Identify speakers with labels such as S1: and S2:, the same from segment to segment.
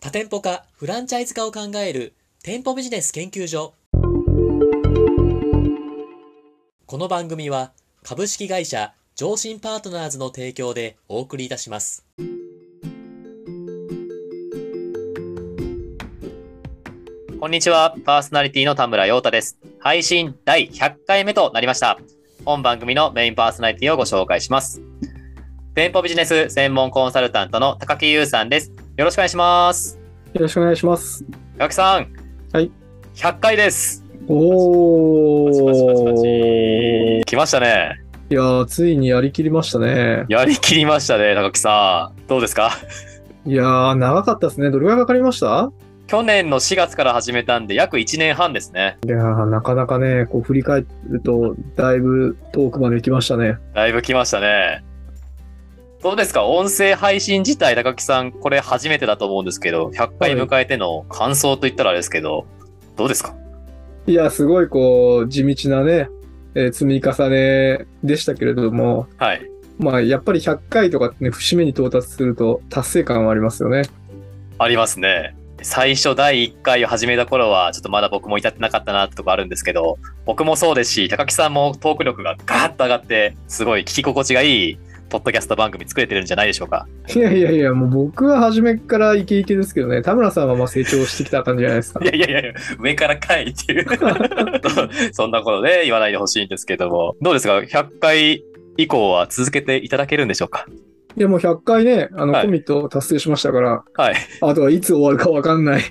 S1: 多店舗化、フランチャイズ化を考える店舗ビジネス研究所。この番組は株式会社上信パートナーズの提供でお送りいたします。こんにちは。パーソナリティの田村陽太です。配信第100回目となりました。本番組のメインパーソナリティをご紹介します。店舗ビジネス専門コンサルタントの高木優さんです。よろしくお願いします。
S2: よろしくお願いします。
S1: 高木さん。
S2: はい。
S1: 100回です。
S2: お
S1: パチパチパチパチ
S2: ー。
S1: 来ましたね。
S2: いやー、ついにやりきりましたね。
S1: やりきりましたね、高木さん。どうですか
S2: いやー、長かったですね。どれぐらいかかりました
S1: 去年の4月から始めたんで、約1年半ですね。
S2: いやー、なかなかね、こう振り返ると、だいぶ遠くまで行きましたね。
S1: だいぶ来ましたね。どうですか音声配信自体、高木さん、これ初めてだと思うんですけど、100回迎えての感想といったらあれですけど、どうですか
S2: いやー、すごいこう、地道なね、えー積み重ねでしたけれども、
S1: はい。
S2: まあ、やっぱり100回とかってね、節目に到達すると、達成感はありますよね。
S1: ありますね。最初第1回を始めた頃は、ちょっとまだ僕も至ってなかったなってとこあるんですけど、僕もそうですし、高木さんもトーク力がガーッと上がって、すごい聞き心地がいい、ポッドキャスト番組作れてるんじゃないでしょうか。
S2: いやいやいや、もう僕は初めからイケイケですけどね、田村さんはまあ成長してきた感じじゃないですか
S1: い。やいやいやいや、上からかいっていう。 そんなことで言わないでほしいんですけども、どうですか ?100 回以降は続けていただけるんでしょうか
S2: いや、もう100回ね、あの、
S1: はい
S2: コミットを達成しましたから、
S1: はい。
S2: あとはいつ終わるかわか んない。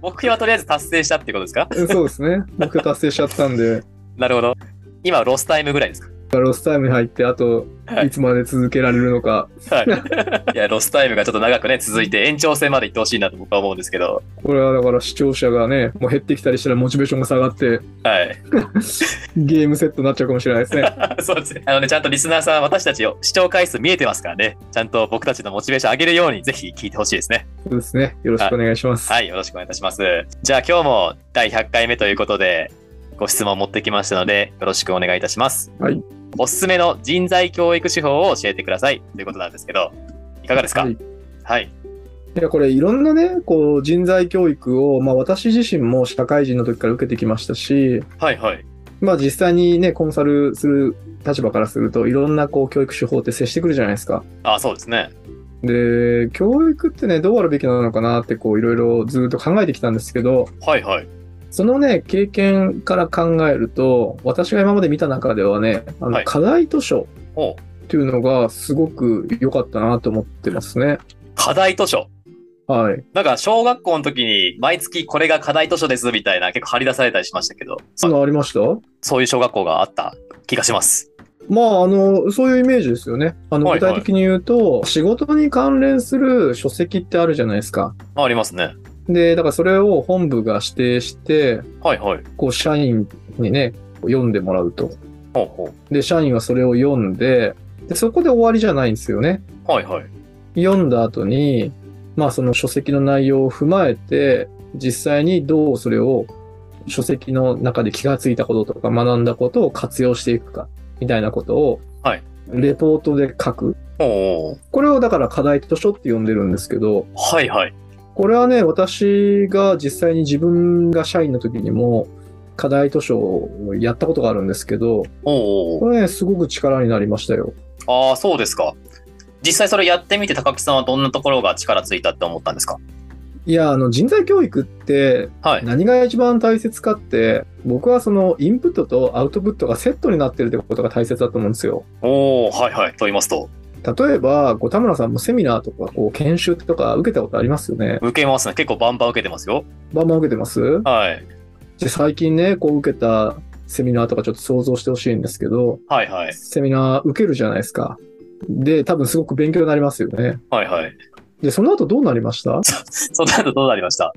S1: 目標はとりあえず達成したっていうことですか
S2: うんそうですね。僕達成しちゃったんで、
S1: なるほど。今、ロスタイムぐらいですか
S2: ロスタイムに入って、あと
S1: は、い
S2: いつまで続けられるのか、
S1: はい、いやロスタイムがちょっと長くね続いて延長戦まで行ってほしいなと僕は思うんですけど、
S2: これはだから視聴者がね、もう減ってきたりしたらモチベーションが下がって、
S1: はい、
S2: ゲームセットになっちゃうかもしれないですね。
S1: そうですねあのねちゃんとリスナーさん私たちを視聴回数見えてますからねちゃんと僕たちのモチベーション上げるようにぜひ聞いてほしいですね
S2: そうですね。よろしくお願いします。
S1: はいよろしくお願いいたしますじゃあ今日も第100回目ということでご質問を持ってきましたのでよろしくお願いいたします、
S2: はい、
S1: おすすめの人材教育手法を教えてくださいということなんですけどいかがですか
S2: は
S1: はいい、
S2: いや、これいろんなね、こう、人材教育を、まあ私自身も社会人の時から受けてきましたし、
S1: はいはい
S2: まあ実際にね、コンサルする立場からすると、いろんなこう、教育手法って接してくるじゃないですか。
S1: あそうですね
S2: で、教育ってね、どうあるべきなのかなって、こう、いろいろずっと考えてきたんですけど、
S1: はいはい
S2: そのね、経験から考えると、私が今まで見た中ではね、あの、
S1: はい
S2: 課題図書
S1: おう
S2: っていうのがすごく良かったなと思ってますね。
S1: 課題図書
S2: はい。
S1: なんか小学校の時に毎月これが課題図書ですみたいな結構張り出されたりしましたけど、
S2: そ
S1: そ
S2: んなのありました
S1: そういう小学校があった気がします。
S2: まあ、あの、そういうイメージですよね。あの、
S1: はい
S2: 具
S1: はい
S2: 体的に言うと、仕事に関連する書籍ってあるじゃないですか。
S1: あありますね。
S2: で、だからそれを本部が指定して、
S1: はいはい。
S2: こう、社員にね、読んでもらうと。
S1: ほうほ
S2: で、社員はそれを読んで、で、そこで終わりじゃないんですよね。
S1: う。はいはい。
S2: 読んだ後に、まあその書籍の内容を踏まえて、実際にどうそれを書籍の中で気がついたこととか学んだことを活用していくか、みたいなことを、
S1: はい
S2: レポートで書く。
S1: ほう
S2: これをだから課題図書って呼んでるんですけど、
S1: ほう。はいはい。
S2: これはね、私が実際に自分が社員の時にも、課題図書をやったことがあるんですけ
S1: ほ
S2: ど、
S1: うほう。
S2: これね、すごく力になりましたよ。
S1: ああ、そうですか。実際それやってみて高木さんはどんなところが力ついたって思ったんですか
S2: いや、あの、人材教育って
S1: はい。
S2: 何が一番大切かって、僕はそのインプットとアウトプットがセットになってるってことが大切だと思うんですよ。
S1: おおはいはい。と言いますと、
S2: 例えば、こう田村さんもセミナーとか、こう、研修とか受けたことありますよね。
S1: 受けますね。結構バンバン受けてますよ。
S2: バンバン受けてます
S1: はい。
S2: で、最近ね、こう受けたセミナーとかちょっと想像してほしいんですけど、
S1: はいはい。
S2: セミナー受けるじゃないですか。で、多分すごく勉強になりますよね。
S1: はいはい。
S2: で、その後どうなりました
S1: その後どうなりました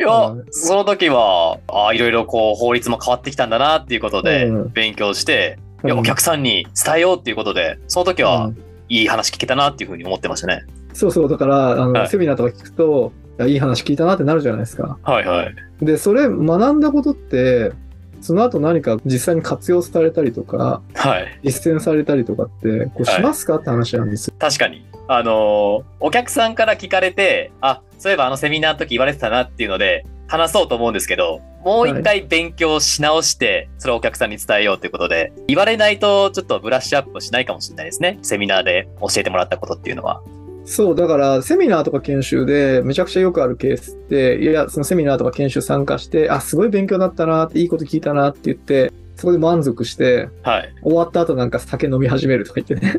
S1: いや
S2: はい、
S1: その時は、ああ、いろいろこう、法律も変わってきたんだなっていうことで
S2: う、ん
S1: 勉強して、いや、お客さんに伝えようっていうことで、その時
S2: う
S1: は
S2: ん、
S1: いい話聞けたなっていうふうに思ってましたね。
S2: そうそう、だから、あの、
S1: はい
S2: セミナーとか聞くと、いやいい話聞いたなってなるじゃないですか。
S1: はいはい。
S2: で、それ学んだことって、その後何か実際に活用されたりとか、
S1: はい。
S2: 実践されたりとかって、こう
S1: はい
S2: しますかって話なんですよ。
S1: 確かに。あのーお客さんから聞かれて、あ、そういえばあのセミナーの時言われてたなっていうので、話そうと思うんですけど、もう一回勉強し直して、それをお客さんに伝えようということで、言われないとちょっとブラッシュアップしないかもしれないですね。セミナーで教えてもらったことっていうのは。
S2: そう、だから、セミナーとか研修で、めちゃくちゃよくあるケースって、いやいや、そのセミナーとか研修参加して、あ、すごい勉強になったなって、いいこと聞いたなって言って、そこで満足して、
S1: はい。
S2: 終わった後なんか酒飲み始めるとか言っ てね、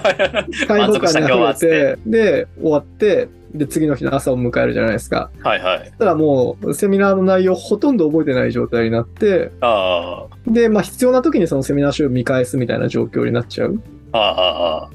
S2: 開
S1: 満
S2: 放
S1: 足した
S2: 感に
S1: 今日は
S2: 溢
S1: っつっ
S2: れ
S1: て。
S2: て、で、終わって、で、次の日の朝を迎えるじゃないですか。
S1: はいはい。
S2: ただもう、セミナーの内容ほとんど覚えてない状態になって、
S1: ああ。
S2: で、まあ必要な時にそのセミナー集を見返すみたいな状況になっちゃう。
S1: ああ、あ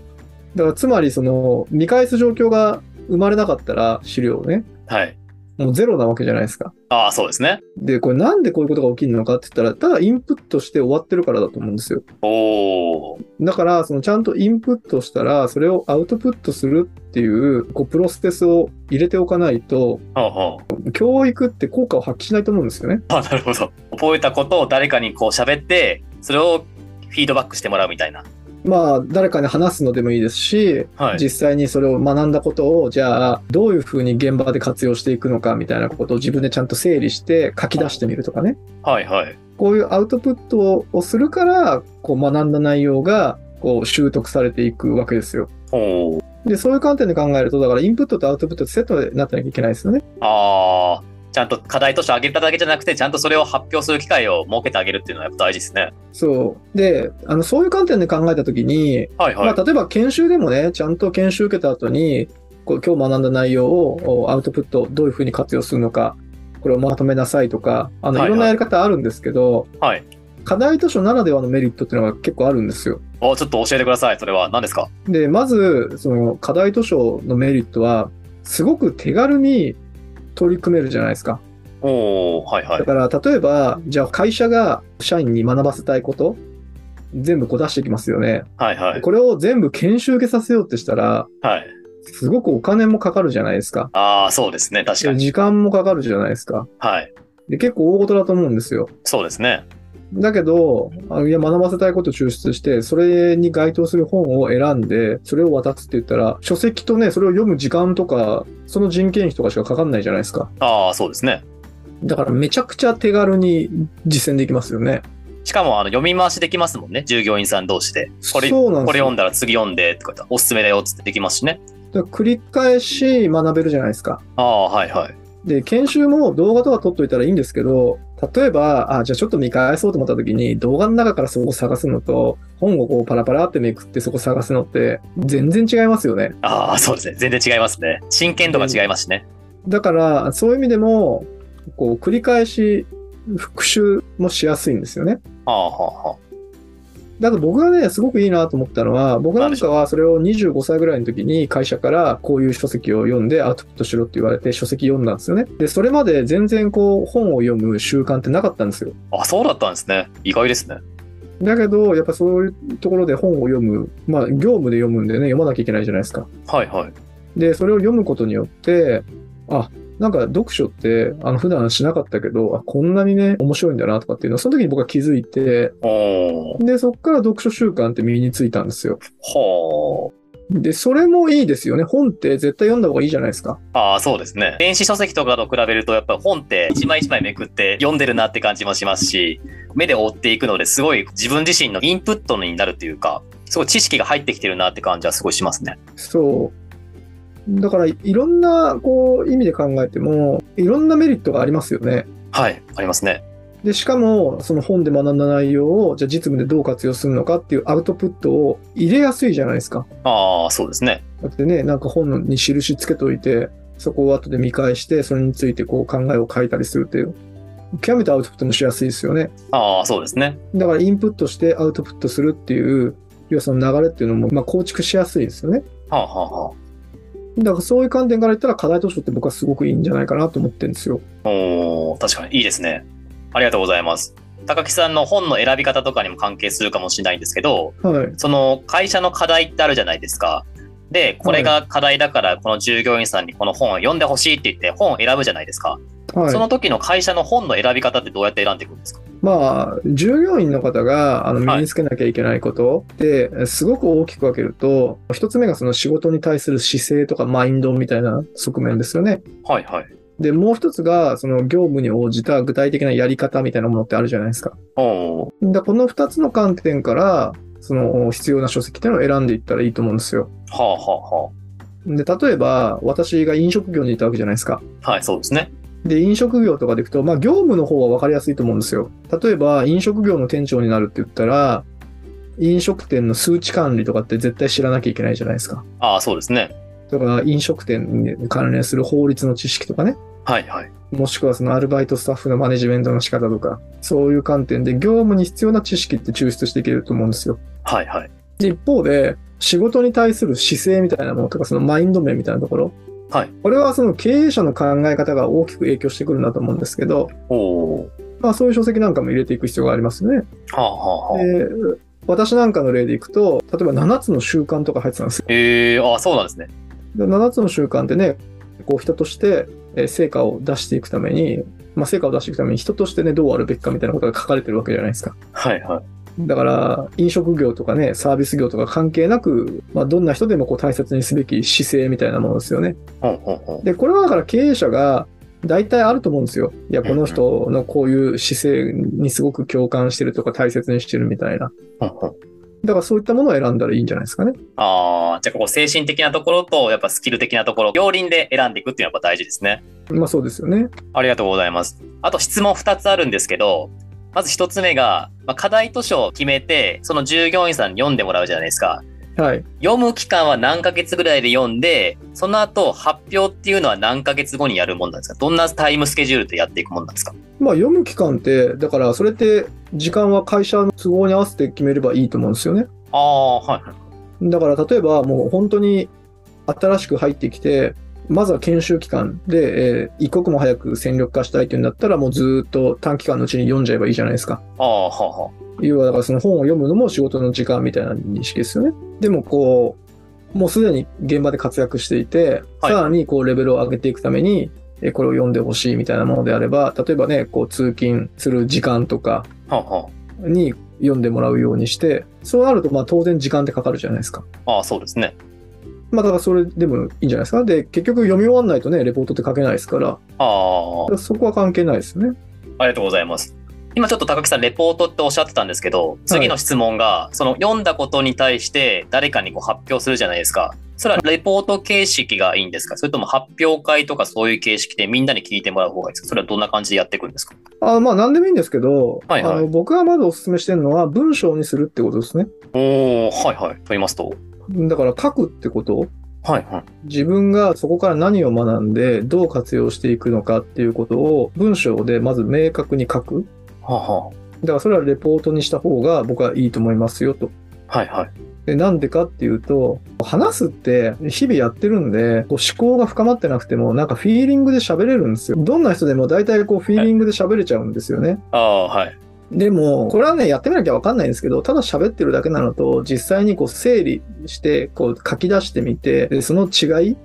S2: だからつまりその、見返す状況が生まれなかったら資料をね、
S1: あ、はい。
S2: もうゼロなわけじゃないですか。
S1: ああ、そうですね。
S2: で、これなんでこういうことが起きるのかって言ったら、ただインプットして終わってるからだと思うんですよ。
S1: おお、
S2: だから、そのちゃんとインプットしたら、それをアウトプットするっていう、こう、プロセスを入れておかないと、
S1: ほうほう。
S2: 教育って効果を発揮しないと思うんですよね。
S1: あ、なるほど。覚えたことを誰かにこう喋って、それをフィードバックしてもらうみたいな。
S2: まあ、誰かに話すのでもいいですし、
S1: はい。
S2: 実際にそれを学んだことを、じゃあ、どういうふうに現場で活用していくのかみたいなことを自分でちゃんと整理して書き出してみるとかね。
S1: はいはい。
S2: こういうアウトプットをするから、こう学んだ内容が、こう習得されていくわけですよ。
S1: おお。
S2: で、そういう観点で考えると、だからインプットとアウトプットってセットになってなきゃいけないですよね。
S1: ああ、ちゃんと課題としてあげただけじゃなくて、ちゃんとそれを発表する機会を設けてあげるっていうのはやっぱ大事ですね。
S2: そう。で、あの、そういう観点で考えたときに、
S1: はいはい。
S2: まあ、例えば研修でもね、ちゃんと研修受けた後に、こう今日学んだ内容をおアウトプット、どういうふうに活用するのか、これをまとめなさいとか、あ
S1: はいは
S2: の、
S1: い
S2: いろんなやり方あるんですけど、
S1: はい。
S2: 課題図書ならではのメリットっていうのが結構あるんですよ。
S1: おちょっと教えてください。それは何ですか
S2: で、まず、その課題図書のメリットは、すごく手軽に取り組めるじゃないですか。
S1: おお、はいはい
S2: だ。から、例えば、じゃあ会社が社員に学ばせたいこと、全部こう出してきますよね。
S1: はいはい。
S2: これを全部研修受けさせようってしたら、
S1: はい。
S2: すごくお金もかかるじゃないですか。
S1: ああ、そうですね。確か
S2: で
S1: に。
S2: 時間もかかるじゃないですか。
S1: はい。
S2: で、結構大事だと思うんですよ。
S1: そうですね。
S2: だけど、あいや、学ばせたいことを抽出して、それに該当する本を選んで、それを渡すって言ったら、書籍とね、それを読む時間とか、その人件費とかしかかかんないじゃないですか。
S1: ああ、そうですね。
S2: だから、めちゃくちゃ手軽に実践できますよね。
S1: しかもあの読み回しできますもんね。従業員さん同士で。これ、
S2: そうなん
S1: こ
S2: です
S1: れ
S2: よ
S1: 読んだら次読んでとか言っておすすめだよっつってできますしね。
S2: だから繰り返し学べるじゃないですか。
S1: ああ、はいはい。
S2: で、研修も動画とか撮っといたらいいんですけど、例えば、あ、じゃあちょっと見返そうと思った時に、動画の中からそこを探すのと、本をこうパラパラってめくってそこ探すのって、全然違いますよね。
S1: ああ、そうですね。全然違いますね。真剣度が違いますしね。
S2: だから、そういう意味でも、こう、繰り返し復習もしやすいんですよね。
S1: ああ、はあ、は
S2: だから僕がね、すごくいいなと思ったのは、僕なんかはそれを25歳ぐらいの時に会社からこういう書籍を読んでアウトプットしろって言われて書籍読んだんですよね。で、それまで全然こう本を読む習慣ってなかったんですよ。
S1: あ。あ、そうだったんですね。意外ですね。
S2: だけど、やっぱそういうところで本を読む、まあ、業務で読むんでね、読まなきゃいけないじゃないですか。
S1: はいはい。
S2: で、それを読むことによって、あ、なんか読書って、あの、普段しなかったけど、あ、こんなにね、面白いんだなとかっていうのを、その時に僕は気づいて、
S1: お
S2: で、そっから読書習慣って身についたんですよ。
S1: お。は
S2: で、それもいいですよね。本って絶対読んだ方がいいじゃないですか。
S1: あ。ああ、そうですね。電子書籍とかと比べると、やっぱ本って一枚一枚めくって読んでるなって感じもしますし、目で追っていくのですごい自分自身のインプットになるというか、すごい知識が入ってきてるなって感じはすごいしますね。
S2: そう。だから、いろんな、こう、意味で考えても、いろんなメリットがありますよね。
S1: はい。ありますね。
S2: で、しかも、その本で学んだ内容を、じゃあ実務でどう活用するのかっていうアウトプットを入れやすいじゃないですか。
S1: ああ、そうですね。
S2: だってね、なんか本に印つけといて、そこを後で見返して、それについてこう考えを書いたりするっていう。極めてアウトプットもしやすいですよね。
S1: ああ、そうですね。
S2: だからインプットしてアウトプットするっていう、要はその流れっていうのも、まあ構築しやすいですよね。
S1: はあ、はあは
S2: だからそういう観点から言ったら課題図書って僕はすごくいいんじゃないかなと思ってるんですよ。
S1: あ、おー確かにいいですね。ありがとうございます。高木さんの本の選び方とかにも関係するかもしれないんですけど、
S2: はい。
S1: その会社の課題ってあるじゃないですか。で、これが課題だから、この従業員さんにこの本を読んでほしいって言って本を選ぶじゃないですか。
S2: はい
S1: そ。の時の会社の本の選び方ってどうやって選んでいくんですか
S2: まあ、従業員の方があの
S1: はい
S2: 身につけなきゃいけないことって、すごく大きく分けると、一つ目がその仕事に対する姿勢とかマインドみたいな側面ですよね。
S1: はいはい。
S2: で、もう一つが、その業務に応じた具体的なやり方みたいなものってあるじゃないですか。
S1: おー
S2: で、この二つの観点から、その必要な書籍っていうのを選んでいったらいいと思うんですよ。
S1: はあはあは
S2: で、例えば、私が飲食業にいたわけじゃないですか。
S1: あ。はい、そうですね。
S2: で、飲食業とかでいくと、まあ、業務の方は分かりやすいと思うんですよ。例えば、飲食業の店長になるって言ったら、飲食店の数値管理とかって絶対知らなきゃいけないじゃないですか。
S1: ああ、そうですね。
S2: だから、飲食店に関連する法律の知識とかね、
S1: はいはい。
S2: もしくはそのアルバイトスタッフのマネジメントの仕方とか、そういう観点で業務に必要な知識って抽出していけると思うんですよ。
S1: はいはい。
S2: で一方で、仕事に対する姿勢みたいなものとか、そのマインド面みたいなところ。
S1: はい
S2: これはその経営者の考え方が大きく影響してくるんだと思うんですけど、
S1: おー
S2: まあそういう書籍なんかも入れていく必要がありますね。
S1: はあはあはあ。
S2: で私なんかの例でいくと、例えば7つの習慣とか入ってたんですよ。
S1: ええー、ああ、そうなんですね。
S2: で7つの習慣ってね、こう人としてえー成果を出していくために、まあ成果を出していくために人としてね、どうあるべきかみたいなことが書かれてるわけじゃないですか。
S1: はいはい。
S2: だから、飲食業とかね、サービス業とか関係なく、まあどんな人でもこう大切にすべき姿勢みたいなものですよね。
S1: ほんほんほん。
S2: で、これはだから経営者が大体あると思うんですよ。いや、この人のこういう姿勢にすごく共感してるとか大切にしてるみたいな。
S1: ほんほん。
S2: だからそういったものを選んだらいいんじゃないですかね。
S1: ああ、じゃあ、こう、精神的なところと、やっぱスキル的なところ、両輪で選んでいくっていうのはやっぱ大事ですね。
S2: まあそうですよね。
S1: ありがとうございます。あと質問2つあるんですけど、まず1つ目が、まあ、課題図書を決めて、その従業員さんに読んでもらうじゃないですか。
S2: はい。
S1: 読む期間は何ヶ月ぐらいで読んで、その後発表っていうのは何ヶ月後にやるもんなんですかどんなタイムスケジュールでやっていくもんなんですか
S2: まあ読む期間って、だからそれって時間は会社の都合に合わせて決めればいいと思うんですよね。
S1: ああ、はい。
S2: だから例えばもう本当に新しく入ってきて、まずは研修期間で、えー一刻も早く戦力化したいというんだったら、もうずーっと短期間のうちに読んじゃえばいいじゃないですか。
S1: ああ、はあは
S2: 要はだからその本を読むのも仕事の時間みたいな認識ですよね。でもこう、もうすでに現場で活躍していて、
S1: はい
S2: さらにこうレベルを上げていくために、えこれを読んでほしいみたいなものであれば、例えばね、こう通勤する時間とか
S1: あ。はあは
S2: に読んでもらうようにして、そうなるとまあ当然時間ってかかるじゃないですか。
S1: あ。ああ、そうですね。
S2: まあだからそれでもいいんじゃないですか。で、結局読み終わんないとね、レポートって書けないですから、だか
S1: ああ。
S2: らそこは関係ないですよね。
S1: ありがとうございます。今ちょっと高木さん、レポートっておっしゃってたんですけど、次の質問が、その読んだことに対して誰かにこう発表するじゃないですか。それはレポート形式がいいんですかそれとも発表会とかそういう形式でみんなに聞いてもらう方がいいですかそれはどんな感じでやっていくんですか
S2: あまあ何でもいいんですけど、
S1: はいはい
S2: あの僕がまずお勧めしてるのは文章にするってことですね。
S1: おおはいはい。と言いますと。
S2: だから書くってこと
S1: はいはい。
S2: 自分がそこから何を学んでどう活用していくのかっていうことを文章でまず明確に書く。
S1: はあは
S2: だからそれはレポートにした方が僕はいいと思いますよと。
S1: あ。はいはい。
S2: でなんでかっていうと、話すって日々やってるんで、こう思考が深まってなくてもなんかフィーリングで喋れるんですよ。どんな人でも大体こうフィーリングで喋れちゃうんですよね。
S1: ああ、はい。
S2: でも、これはね、やってみなきゃわかんないんですけど、ただ喋ってるだけなのと、実際にこう整理して、こう書き出してみて、でその違い、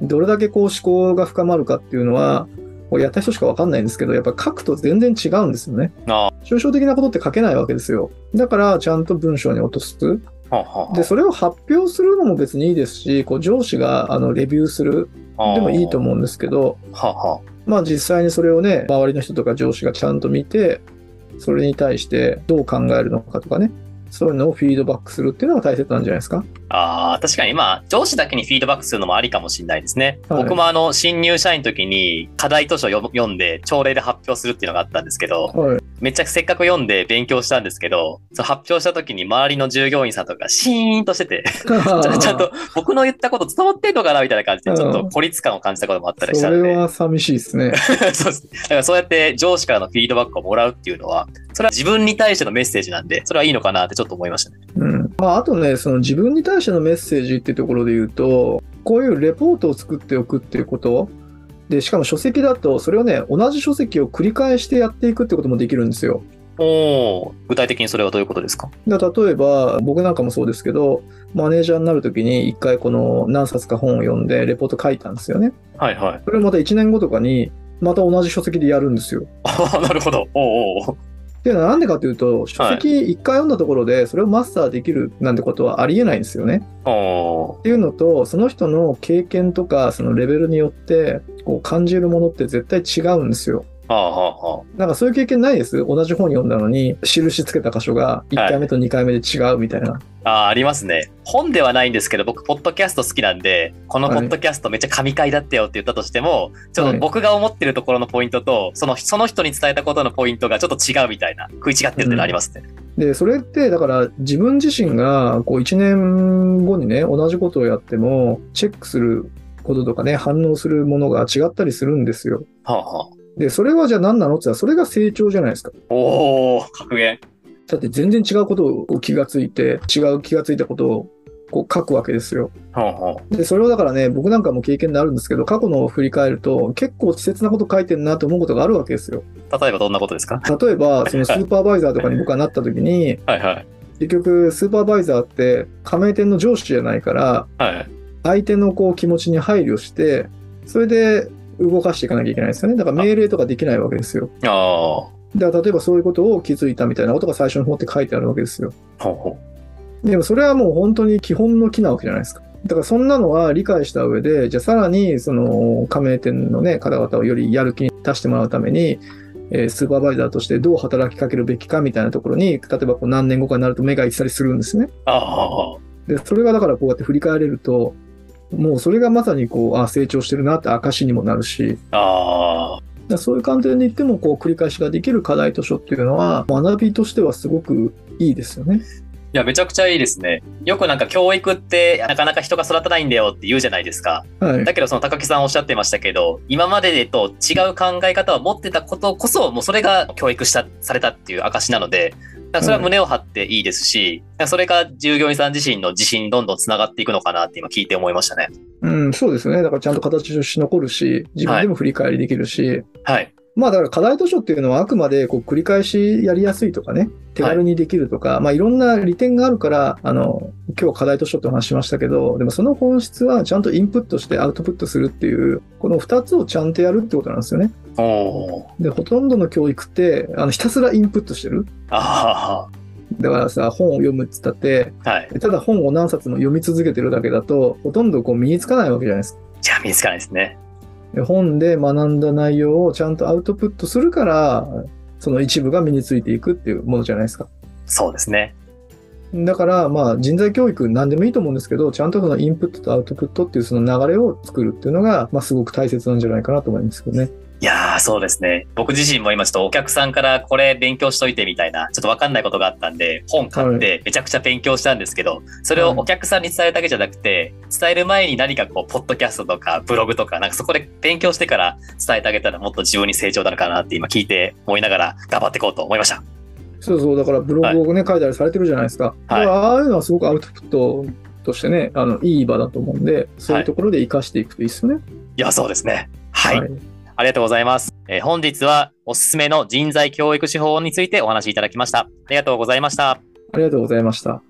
S2: どれだけこう思考が深まるかっていうのは、これやった人しかわかんないんですけど、やっぱ書くと全然違うんですよね。
S1: あ
S2: 抽象的なことって書けないわけですよ。だから、ちゃんと文章に落とす。
S1: はあはあ。
S2: で、それを発表するのも別にいいですし、こう上司があのレビューする
S1: あー
S2: でもいいと思うんですけど、
S1: はあは
S2: まあ実際にそれをね、周りの人とか上司がちゃんと見て、それに対してどう考えるのかとかね、そういうのをフィードバックするっていうのが大切なんじゃないですか。
S1: ああ、確かに今、上司だけにフィードバックするのもありかもしれないですね。
S2: はい
S1: 僕もあの、新入社員の時に課題図書を読む読んで、朝礼で発表するっていうのがあったんですけど、
S2: はい。
S1: めっちゃせっかく読んで勉強したんですけど、その発表した時に周りの従業員さんとかシーンとしてて、
S2: ちゃ
S1: ちゃちゃんと僕の言ったこと伝わってんのかなみたいな感じで、ちょっと孤立感を感じたこともあったりし
S2: そ
S1: たん
S2: れ
S1: で、
S2: は寂しいですね。
S1: そうです。だからそうやって上司からのフィードバックをもらうっていうのは、それは自分に対してのメッセージなんで、それはいいのかなってちょっと思いましたね。
S2: うん。まああとね、その自分に対してのメッセージっていうところで言うと、こういうレポートを作っておくっていうこと、で、しかも書籍だと、それをね、同じ書籍を繰り返してやっていくってこともできるんですよ。
S1: おー具体的にそれはどういうことですか
S2: だ例えば、僕なんかもそうですけど、マネージャーになるときに一回この何冊か本を読んでレポート書いたんですよね。
S1: はいはい。
S2: それをまた1年後とかに、また同じ書籍でやるんですよ。
S1: ああ、なるほど。おうおうおう
S2: っていうのはなんでかというと、書籍一回読んだところで、それをマスターできるなんてことはありえないんですよね。
S1: お
S2: っていうのと、その人の経験とか、そのレベルによって、こう感じるものって絶対違うんですよ。
S1: ーはあはあは
S2: なんかそういう経験ないです同じ本読んだのに、印つけた箇所が1回目と2回目で違うみたいな。
S1: あ。あーありますね。本ではないんですけど、僕、ポッドキャスト好きなんで、このポッドキャストめっちゃ神回だったよって言ったとしても、ちょっ
S2: は
S1: と
S2: い
S1: 僕が思ってるところのポイントと、そのその人に伝えたことのポイントがちょっと違うみたいな、食い違ってるってのありますね。
S2: で、それって、だから自分自身が、こう1年後にね、同じことをやっても、チェックすることとかね、反応するものが違ったりするんですよ。
S1: はあはあ。
S2: で、それはじゃあ何なのって言ったら、それが成長じゃないですか。
S1: おお格言。
S2: だって全然違うことを気がついて、違う気がついたことをこう書くわけですよ。
S1: はあは
S2: で、それをだからね、僕なんかも経験であるんですけど、過去のを振り返ると、結構稚拙なこと書いてるなと思うことがあるわけですよ。
S1: あ例えばどんなことですか
S2: 例えば、そのスーパーバイザーとかに僕がなった時に、
S1: はいはい。
S2: 結局、スーパーバイザーって加盟店の上司じゃないから、
S1: はい。
S2: 相手のこう気持ちに配慮して、それで動かしていかなきゃいけないですよね。だから命令とかできないわけですよ。
S1: ああ。ほ
S2: だから例えばそういうことを気づいたみたいなことが最初の方って書いてあるわけですよ。
S1: うほ
S2: でもそれはもう本当に基本の木なわけじゃないですか。だからそんなのは理解した上で、じゃあさらにその加盟店のね、方々をよりやる気に出してもらうために、えースーパーバイザーとしてどう働きかけるべきかみたいなところに、例えばこう何年後かになると目が行ったりするんですね。
S1: う。ああ。
S2: で、それがだからこうやって振り返れると、もうそれがまさにこう、あ成長してるなって証にもなるし、
S1: ああ。
S2: だからそういう観点で言っても、こう繰り返しができる課題図書っていうのは、学びとしてはすごくいいですよね。
S1: いや、めちゃくちゃいいですね。よくなんか教育ってなかなか人が育たないんだよって言うじゃないですか。
S2: はい。
S1: だけどその高木さんおっしゃってましたけど、今までと違う考え方を持ってたことこそ、もうそれが教育した、されたっていう証なので、だからそれは胸を張っていいですし、それが従業員さん自身の自信にどんどんつながっていくのかなって今聞いて思いましたね。
S2: うん、そうですね。だからちゃんと形として残るし、自分でも振り返りできるし、
S1: はい。
S2: まあだから課題図書っていうのはあくまでこう繰り返しやりやすいとかね、手軽にできるとか、い、まあいろんな利点があるから、あの、今日課題図書ってお話しましたけど、でもその本質はちゃんとインプットしてアウトプットするっていう、この2つをちゃんとやるってことなんですよね。
S1: おお。
S2: で、ほとんどの教育って、あの、ひたすらインプットしてる。
S1: あ
S2: だからさ、本を読むって言ったって、
S1: あ。はい。
S2: ただ本を何冊も読み続けてるだけだと、ほとんどこう身につかないわけじゃないですか
S1: じゃあ見つかないですね。
S2: 本で学んだ内容をちゃんとアウトプットするから、その一部が身についていくっていうものじゃないですか。
S1: そうですね。
S2: だから、まあ、人材教育何でもいいと思うんですけど、ちゃんとそのインプットとアウトプットっていうその流れを作るっていうのが、まあ、すごく大切なんじゃないかなと思いますけどね。
S1: いやー、そうですね。僕自身も今ちょっとお客さんからこれ勉強しといてみたいな、ちょっとわかんないことがあったんで、本買ってめちゃくちゃ勉強したんですけど、それをお客さんに伝えるだけじゃなくて、伝える前に何かこう、ポッドキャストとかブログとか、なんかそこで勉強してから伝えてあげたらもっと自分に成長なのかなって今聞いて思いながら頑張っていこうと思いました。
S2: そうそう、だからブログをね、書いたりされてるじゃないですか。だから、ああいうのはすごくアウトプットとしてね、あの、いい場だと思うんで、そういうところで活かしていくといいですよね。
S1: いや、そうですね。はい。ありがとうございます。えー本日はおすすめの人材教育手法についてお話しいただきました。ありがとうございました。
S2: ありがとうございました。